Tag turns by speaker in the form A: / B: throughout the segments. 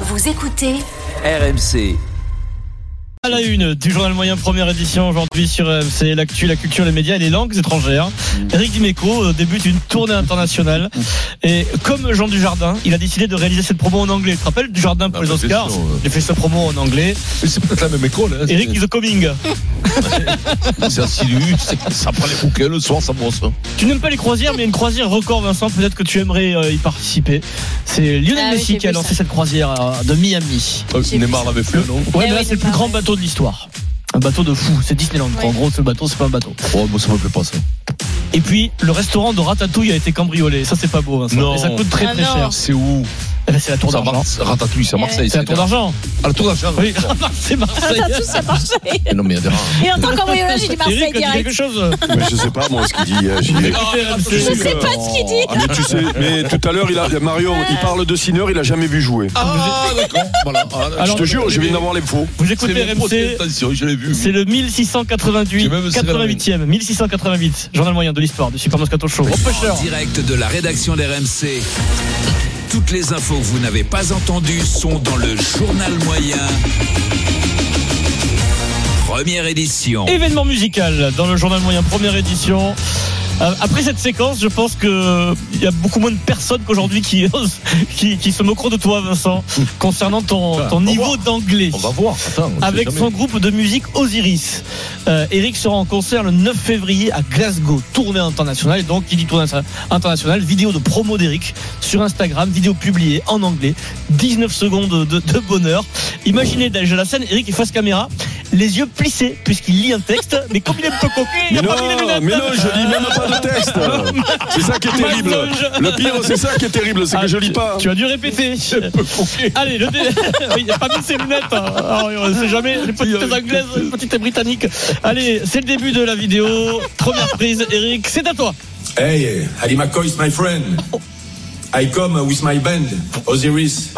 A: Vous écoutez
B: RMC.
C: À la une du journal moyen première édition aujourd'hui sur RMC, l'actu, la culture, les médias et les langues étrangères. Eric Dimeco euh, débute une tournée internationale et comme Jean Dujardin, il a décidé de réaliser cette promo en anglais. Tu te rappelles Dujardin pour
D: Ah,
C: les
D: bah, bien
C: Oscars
D: sûr, ouais.
C: Il a fait sa promo en anglais.
D: Mais c'est peut-être la même école. Hein.
C: Eric is coming.
D: C'est- c'est assidu, c'est- ça prend les bouquets le soir, ça brosse.
C: Tu n'aimes pas les croisières, mais une croisière record, Vincent, peut-être que tu aimerais euh, y participer. C'est Lionel
E: Ah oui,
C: Messi
E: j'ai
C: qui a
E: vu
C: lancé
E: ça.
C: cette croisière euh, de Miami.
D: Euh,
E: J'ai
D: Neymar l'avait fait, non
C: Ouais,
E: Eh
C: mais là,
E: oui,
C: c'est le plus
E: Neymar,
C: grand
E: ouais.
C: bateau de l'histoire. Un bateau de fou, c'est Disneyland. quoi.
E: Ouais.
C: En gros, ce bateau, c'est pas un bateau.
D: Oh, moi ça me plaît pas
E: Ah.
D: ça.
C: Et puis, le restaurant de Ratatouille a été cambriolé. Ça, c'est pas beau, Vincent.
D: Non.
C: Et ça coûte très
E: Ah
C: très
E: non.
C: cher.
D: C'est où
C: Eh ben, C'est la tour
D: Ça
C: d'argent.
D: Marse- Ratatouille, c'est à Marseille.
C: C'est la tour d'argent.
D: Ah, la tour d'argent.
C: Oui,
D: d'accord.
C: c'est Marseille.
E: Ratatouille, ça Marseille.
D: Mais Non, mais il y a des rats.
E: Et en tant qu'envoyeur, j'ai dit Marseille
C: Eric, dis
E: direct.
C: quelque chose.
F: Mais je sais pas moi ce qu'il dit. euh, Gilles.
D: Ah,
C: Je
E: Je sais pas ce qu'il dit.
F: Ah, mais tu sais, mais tout à l'heure il a Marion, il parle de Sinner, il a jamais vu jouer.
D: Ah, d'accord. Voilà. Ah,
C: Alors,
F: je te jure, je viens d'avoir les faux.
C: Vous
D: c'est
C: écoutez
D: mon procès,
C: RMC.
D: attention, je l'ai vu.
C: C'est le 1688,
D: J'ai même serré la main.
C: 88e, 1688, journal moyen de l'histoire du Super Moscato Show.
B: En direct de la rédaction d'RMC. Toutes les infos que vous n'avez pas entendues sont dans le journal moyen. Première édition.
C: Événement musical dans le journal moyen, première édition. Euh, Après cette séquence, je pense que il y a beaucoup moins de personnes qu'aujourd'hui qui, osent- qui qui se moqueront de toi, Vincent, concernant ton,
D: Enfin,
C: ton
D: au
C: niveau
D: revoir.
C: d'anglais.
D: On va voir. Attends, on sait
C: Avec
D: jamais.
C: son groupe de musique Osiris. Euh, Eric sera en concert le 9 février à Glasgow, tournée internationale. Et donc, il dit tournée inter- internationale, vidéo de promo d'Eric sur Instagram, vidéo publiée en anglais, 19 secondes de, de bonheur. Imaginez d'aller à la scène, Eric, il face caméra, les yeux plissés, puisqu'il lit un texte, mais comme il est un peu coquet, il
F: Mais
C: a
F: non,
C: pas mis les lunettes.
F: mais non, je lis même pas de texte. C'est ça qui est terrible. Le pire, c'est ça qui est terrible, c'est
C: Ah,
F: que je lis
C: tu-
F: pas.
C: Tu as dû répéter. Allez, le dé... Oui, il a pas mis ses lunettes. hein. Alors, on sait jamais. Les petites anglaises, les petites britanniques. Allez, c'est le début de la vidéo. Première prise, Eric, c'est à toi.
G: Hey, uh, Ali McCoy is my friend. I come uh, with my band, Osiris.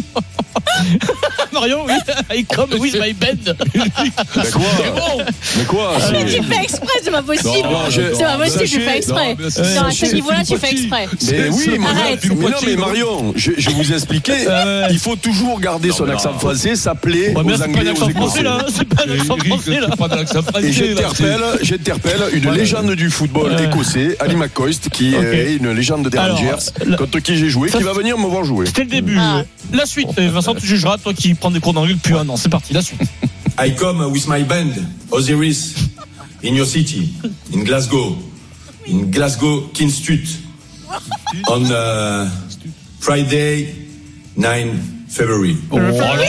C: Marion, oui. I come with my band.
F: Mais quoi Mais
C: Ah,
F: quoi
E: Mais tu
F: c'est-
E: fais exprès, c'est pas possible.
F: Non, je-
E: C'est pas possible, tu fais exprès.
D: Ah, Non, mais c'est-
E: Sur un
D: c'est-
E: ce niveau-là,
D: c'est
E: tu fais
D: Pacino.
E: exprès.
F: Mais oui, mais,
E: Arrête.
F: mais non, mais Marion, je, je vous expliquais,
C: Euh,
F: il faut toujours garder son
D: mais
F: accent
D: non.
F: français, s'appeler
C: Bon, mais
F: aux
C: c'est pas un
F: Anglais, aux
C: accent français,
F: Écossais.
C: là. hein. C'est pas un
D: Eric,
C: accent français, là.
D: c'est pas de l'accent français,
F: Et
D: là, c'est-
F: j'interpelle, j'interpelle une légende du football
C: Ouais.
F: écossais, Ali McCoist, qui
C: Ok.
F: est une légende des
C: Alors,
F: Rangers,
C: la-
F: contre qui j'ai joué,
C: Ça,
F: qui va venir me voir jouer.
C: C'était le début.
E: Ah.
C: La suite, euh, Vincent, tu jugeras, toi qui prends des cours d'anglais depuis un an. C'est parti, la suite.
G: I come uh, with my band, Osiris, in your city, in Glasgow, in Glasgow, Kinstut, on uh, Friday, 9 February.
D: Oh,
C: Le-
D: alors,
C: Allez.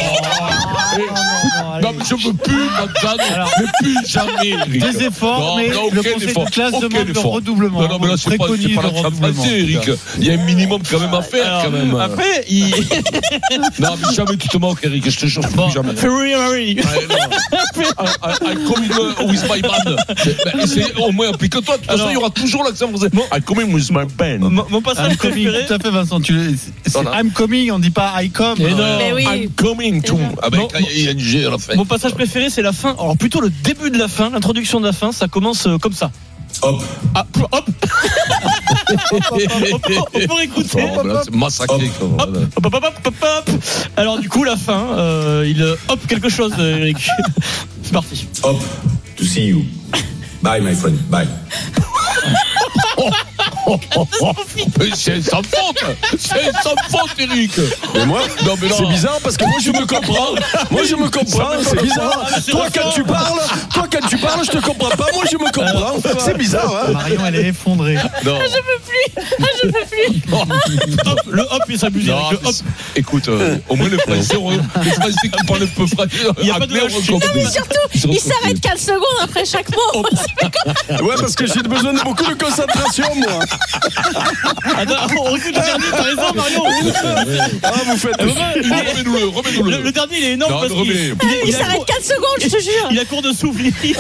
D: Non, mais je veux plus m'entendre,
C: Alors.
D: mais plus jamais, Eric.
C: Des efforts,
D: Non,
C: mais
D: non,
C: le
D: aucun
C: conseil
D: effort,
C: de classe
D: aucun
C: demande le
D: effort.
C: redoublement.
D: Non, non, mais là, c'est pas, c'est
C: Préconise
D: pas
C: le
D: l'accent
C: redoublement.
D: français, Eric. Il y a un minimum quand même à faire,
C: Alors,
D: quand même.
C: Après, il.
D: Non, mais jamais tu te moques, Eric. Je te jure,
C: Bon,
D: plus jamais.
C: Ferrari.
D: Ouais, non. I, I- I come with- with my band. Ben, c'est au moins plus que toi. De toute façon,
C: Alors.
D: il y aura toujours l'accent français. I come in with my band.
C: Mon, mon passage
H: I'm coming,
C: préféré.
H: tout à fait Vincent, tu le- c'est
D: Voilà.
H: I'm coming, on dit pas I come.
C: Mais non.
E: Mais oui. Eh
D: I'm coming Ah, bah, to. Avec
C: Bon,
D: ING à la fin.
C: Mon passage préféré, c'est la fin. Alors plutôt le début de la fin, l'introduction de la fin, ça commence euh, comme ça.
G: Hop,
C: Ah, pou- hop, on peut, on peut réécouter.
D: Oh, ben là, C'est massacré. quoi. Voilà.
C: Hop, hop, hop, hop, hop, hop. Alors du coup, la fin, euh, il euh, hop quelque chose, euh, Eric. C'est parti.
G: hop, to see you. Bye, my friend, bye.
D: Mais C'est sans faute C'est sans faute, Eric
F: Et moi,
D: Non, mais non.
F: c'est bizarre parce que moi je me comprends. Moi je me comprends, c'est bizarre.
C: c'est
F: Toi
C: Vincent.
F: quand tu parles, toi quand tu parles, je te comprends pas. Moi je me comprends. C'est bizarre, hein.
H: Marion, elle est effondrée.
E: Ah,
D: Non,
C: Hop, le hop, il s'amuse.
D: non,
C: Eric, le
D: mais
C: hop.
D: c'est- écoute, euh, au moins les Français, on- les Français qui parlent un peu français,
C: Il y a pas de
D: anglais,
C: lâche.
D: on recompte.
E: Mais surtout,
D: Ils
E: il
D: sont
E: s'arrête 4 secondes après chaque mot.
F: Ouais, parce que j'ai besoin de beaucoup de concentration, moi.
C: Attends, Ah, on recule le dernier, t'as raison, Marion.
F: Ah, vous faites.
C: Il est-
D: Remets-nous le, remets-nous
C: le, le
D: le.
C: dernier, il est énorme
D: Non,
C: parce
D: le
C: qu'il
D: remets.
C: il est-
E: Il
C: il a
E: s'arrête
C: court-
E: 4 secondes, je te jure.
C: il a court de souffle. Il-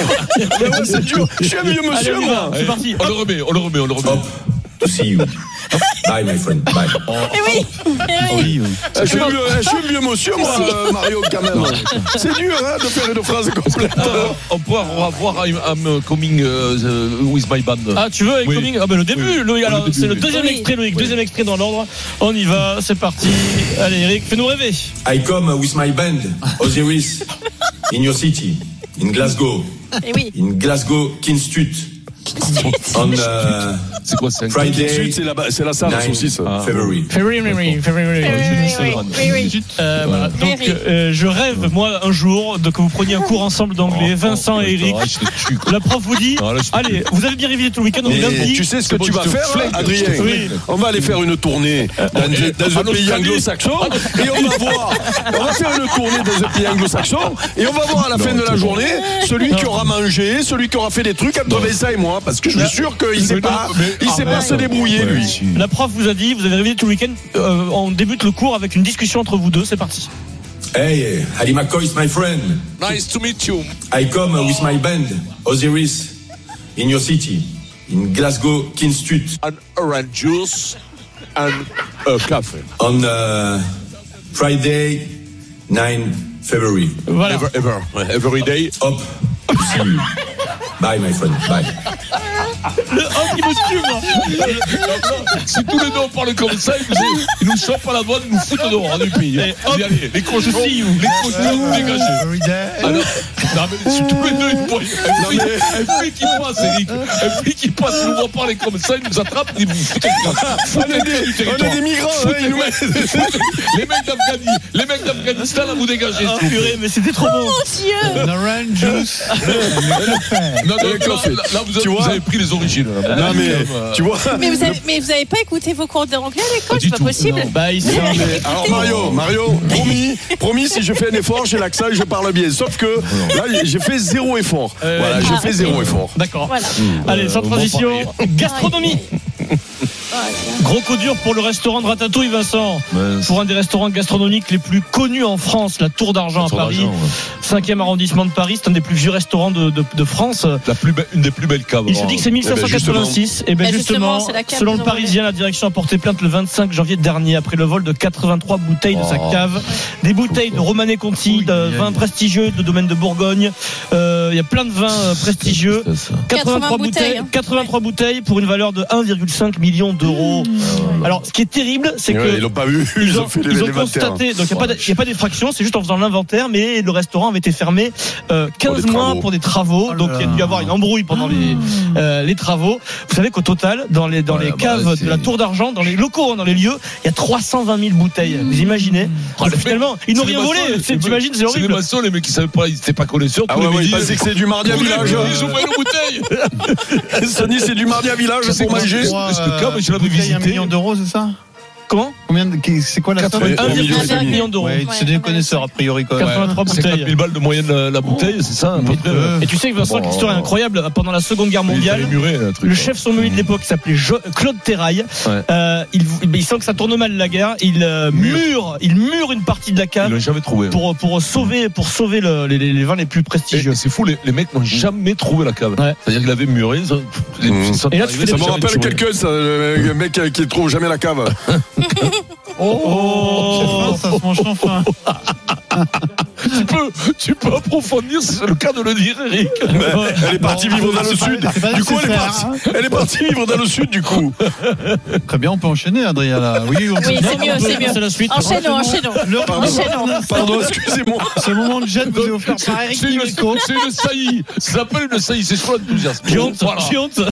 F: Mais ouais, c'est dur. Je suis un vieux
C: Allez,
F: monsieur,
C: on y va.
F: moi.
C: C'est parti.
D: On le remet, on le remet, on le remet.
G: Hop, to see you. Bye, my friend. Bye.
E: Eh oui, eh oui.
H: Oui, oui.
F: Je suis, un vieux, je suis un vieux monsieur, moi, euh, Mario, quand même. C'est dur hein, de faire une phrase complète.
D: Euh, on pourra revoir I'm, I'm, uh, coming euh, the- with my band.
C: Ah, tu veux avec
D: Oui.
C: Coming Ah, ben le début,
D: Oui.
C: Loïc. Alors,
D: Le début,
C: c'est le
D: oui.
C: deuxième
E: Oui.
C: extrait, Loïc. Deuxième extrait dans l'ordre. On y va, c'est parti. Allez, Eric, fais-nous rêver.
G: I come with my band, Osiris, in your city, in Glasgow,
E: Eh oui.
G: in Glasgow, Kinstut, on uh,
D: C'est quoi c'est un-
G: Friday,
F: Ensuite, c'est la, c'est la salle à
G: 9
F: saucisse.
G: February.
C: February, February.
E: Eh oui, oui, oui, oui, oui.
C: Euh, voilà. Donc,
E: Eric.
C: euh, je rêve, moi, un jour, de que vous preniez un cours ensemble d'anglais,
D: Oh,
C: Vincent
D: oh,
C: et Eric.
D: putain, je te tue, quoi.
C: La prof vous dit
D: Non, là, je te
C: Allez, vous avez bien révisé tout le week-end, on est
F: Et
C: lundi.
F: tu sais ce que
D: bon,
F: tu
D: je
F: vas
D: te
F: faire,
D: flingue, Ah,
F: Adrien
C: je te flingue.
F: On va aller faire une tournée dans, dans un pays anglo-saxon et on va voir. On va faire une tournée dans un pays anglo-saxon et on va voir à la fin de la journée celui qui aura mangé, celui qui aura fait des trucs entre Vincent et moi. Parce que je suis sûr qu'il ne sait
D: Mais non,
F: pas,
D: mais-
F: il sait
D: ah,
F: pas
D: ouais.
F: se débrouiller,
D: Ouais,
F: lui.
D: si.
C: La prof vous a dit, vous avez révisé tout le week-end, euh, on débute le cours avec une discussion entre vous deux, c'est parti.
G: Hey, Ali McCoy is my friend.
D: Nice to meet you.
G: I come with my band, Osiris, in your city, in Glasgow, Kinstut,
D: An orange juice and a café.
G: on uh, Friday, 9 February.
F: Ah.
C: Voilà.
D: Ever, ever, ouais, every day.
G: Hop, see you. Bye, my friend. Bye.
C: Oh, qui me tue, moi.
D: Si tous les deux on parle comme ça, ils nous, ils nous chopent à la douane, ils nous foutent dehors hein, du pays. hein.
C: hop,
D: Et allez, les cochons,
C: je
D: les
C: see you.
F: Ah,
D: cochons, dégagez.
H: Every day.
D: Ah non, non, mais si tous les deux, ils voient- un flic, un flic qui passe, Eric. Un flic qui passe, il nous voit parler comme ça, il nous attrape, il nous fout Foutez-les du
F: On est
D: territoire.
F: des migrants, hein, ils nous mettent-
D: Les mecs d'Afghani, les mecs d'Afghanistan, là, vous dégagez.
C: Ah, purée, mais c'était trop bon.
E: Oh, Mon Dieu.
H: An orange juice.
D: Non, non,
F: Et
D: là,
F: coffee.
D: là, là, vous, avez,
F: Tu vois Ah,
D: vous avez pris les origines. là.
F: Non mais tu vois.
E: Mais vous, avez, mais vous avez pas écouté vos cours d'anglais à l'école,
D: du
E: c'est pas
D: tout,
E: possible.
C: Bah, ici,
F: Non, mais- alors Mario, Mario, promis, promis, si je fais un effort, j'ai l'accent et je parle bien. Sauf que là, j'ai fait zéro effort.
C: Euh,
F: voilà, j'ai
E: ah.
F: fait zéro effort.
C: D'accord.
E: Voilà. Ah,
C: Allez, sans transition, gastronomie. Gros coup dur pour le restaurant de Ratatouille, Vincent.
F: bah,
C: Pour un des restaurants gastronomiques les plus connus en France, la Tour d'Argent à
D: Tour
C: Paris,
D: d'Argent, ouais.
C: 5e arrondissement de Paris, c'est un des plus vieux restaurants de, de- de France.
D: La plus belle- une des plus belles caves.
C: Il se dit que c'est
F: ben,
C: 1586. Et
E: Ben,
C: bien eh
E: justement,
C: justement,
E: c'est laquelle
C: selon
E: qu'ils
C: le
E: ont
C: Parisien, la direction a porté plainte le 25 janvier dernier après le vol de 83 bouteilles de sa
D: Oh.
C: cave. Des bouteilles de Romanée Conti, de vins prestigieux de domaine de Bourgogne. Euh, Il y a plein de vins euh, prestigieux. 83
E: 80
C: bouteilles,
E: bouteilles, hein.
C: 83 bouteilles pour une valeur de 1,5 million d'euros.
E: Ah
C: Alors, ce qui est terrible, c'est
F: Ouais, ils
C: que
F: l'ont pas vu, ils, ont fait les
C: ils ont
F: l'élémentaire.
C: constaté, donc il n'y a pas d'effraction, c'est juste en faisant l'inventaire, mais le restaurant avait été fermé euh, 15
F: Pour des
C: mois
F: travaux. Ah.
C: pour des travaux,
H: Oh là
C: donc il y a dû y
H: là.
C: avoir une embrouille pendant les, euh, les travaux. Vous savez qu'au total, dans les, dans
D: Ouais,
C: les
D: bah,
C: caves
D: c'est-
C: de la Tour d'Argent, dans les locaux, hein, dans les lieux, il y a 320 000 bouteilles, vous imaginez
D: Oh,
C: Donc,
D: le
C: Finalement, ils n'ont rien volé, c'est- t'imagines, c'est
D: C'est les
C: horrible.
D: maçons, les mecs qui savaient pas, ils étaient pas connaisseurs.
F: Ah
D: tous
F: ouais,
D: les
F: ouais, ils
D: midis,
F: pensaient que c'est du mardi à
D: tous les
F: village.
D: midis, ils ouvraient nos bouteilles.
F: Sony, c'est du mardi à village
D: Je sais
F: pour
D: pas.
F: manger.
D: Juste parce que comme
F: euh,
D: je l'avais
H: Il y a un
D: visité-
H: million d'euros, c'est ça
C: Comment
H: Combien de- qui- C'est quoi la somme
F: Quatre- un million et
C: 1,5
F: demi.
C: million d'euros.
H: Ouais, c'est des connaisseurs, a priori, quand même.
C: 83
D: C'est
C: bouteilles.
D: 4000 balles de moyenne la, la bouteille, c'est ça à peu près
H: Euh,
C: Et tu sais que Vincent,
D: Bon,
C: l'histoire est incroyable. Pendant la Seconde Guerre mondiale, le chef sommelier de l'époque s'appelait Jo- Claude Terrail.
D: hein. Ouais.
C: Euh, il, il sent que ça tourne mal la guerre. Il euh, mure, il mure une partie de la
D: Ils
C: cave
D: l'ont jamais trouvé. hein.
C: pour pour sauver pour sauver le- les, les- les vins les plus
D: Et
C: prestigieux.
D: C'est fou, les, les mecs n'ont jamais trouvé la cave.
C: Ouais.
D: C'est-à-dire qu'il avait muré. Ça, les-
F: Mmh.
D: sont
C: Et là,
D: arrivés,
C: tu fais des-
F: Ça
D: ils
F: me
D: ont jamais
F: rappelle
D: trouvé.
F: quelqu'un, ça, le mec qui ne trouve jamais la cave.
C: Oh,
H: Oh, ça se mange enfin.
D: Tu peux, tu peux approfondir, c'est le cas de le dire, Eric.
F: Elle est partie
H: Bon,
F: vivre dans
H: c'est
F: le
H: pas-
F: sud.
H: c'est pas
F: Du coup, elle est,
H: nécessaire,
F: partie,
H: hein.
F: elle est partie vivre dans le sud, du coup.
H: Très bien, on peut enchaîner, Adrien, là. Oui, on peut
E: Oui, c'est mieux,
C: on peut
E: c'est
C: passer
E: mieux.
C: Ah, la suite.
E: Enchaînons, enchaînons.
H: Le-
E: Enchaînons.
F: Pardon, excusez-moi.
H: Ce moment de gêne vous est offert par Eric
D: C'est une,
H: Dimeco.
D: c'est une saillie. Ça s'appelle une saillie. C'est sur l'enthousiasme.
C: J'ai honte,
D: Voilà.
C: j'ai honte.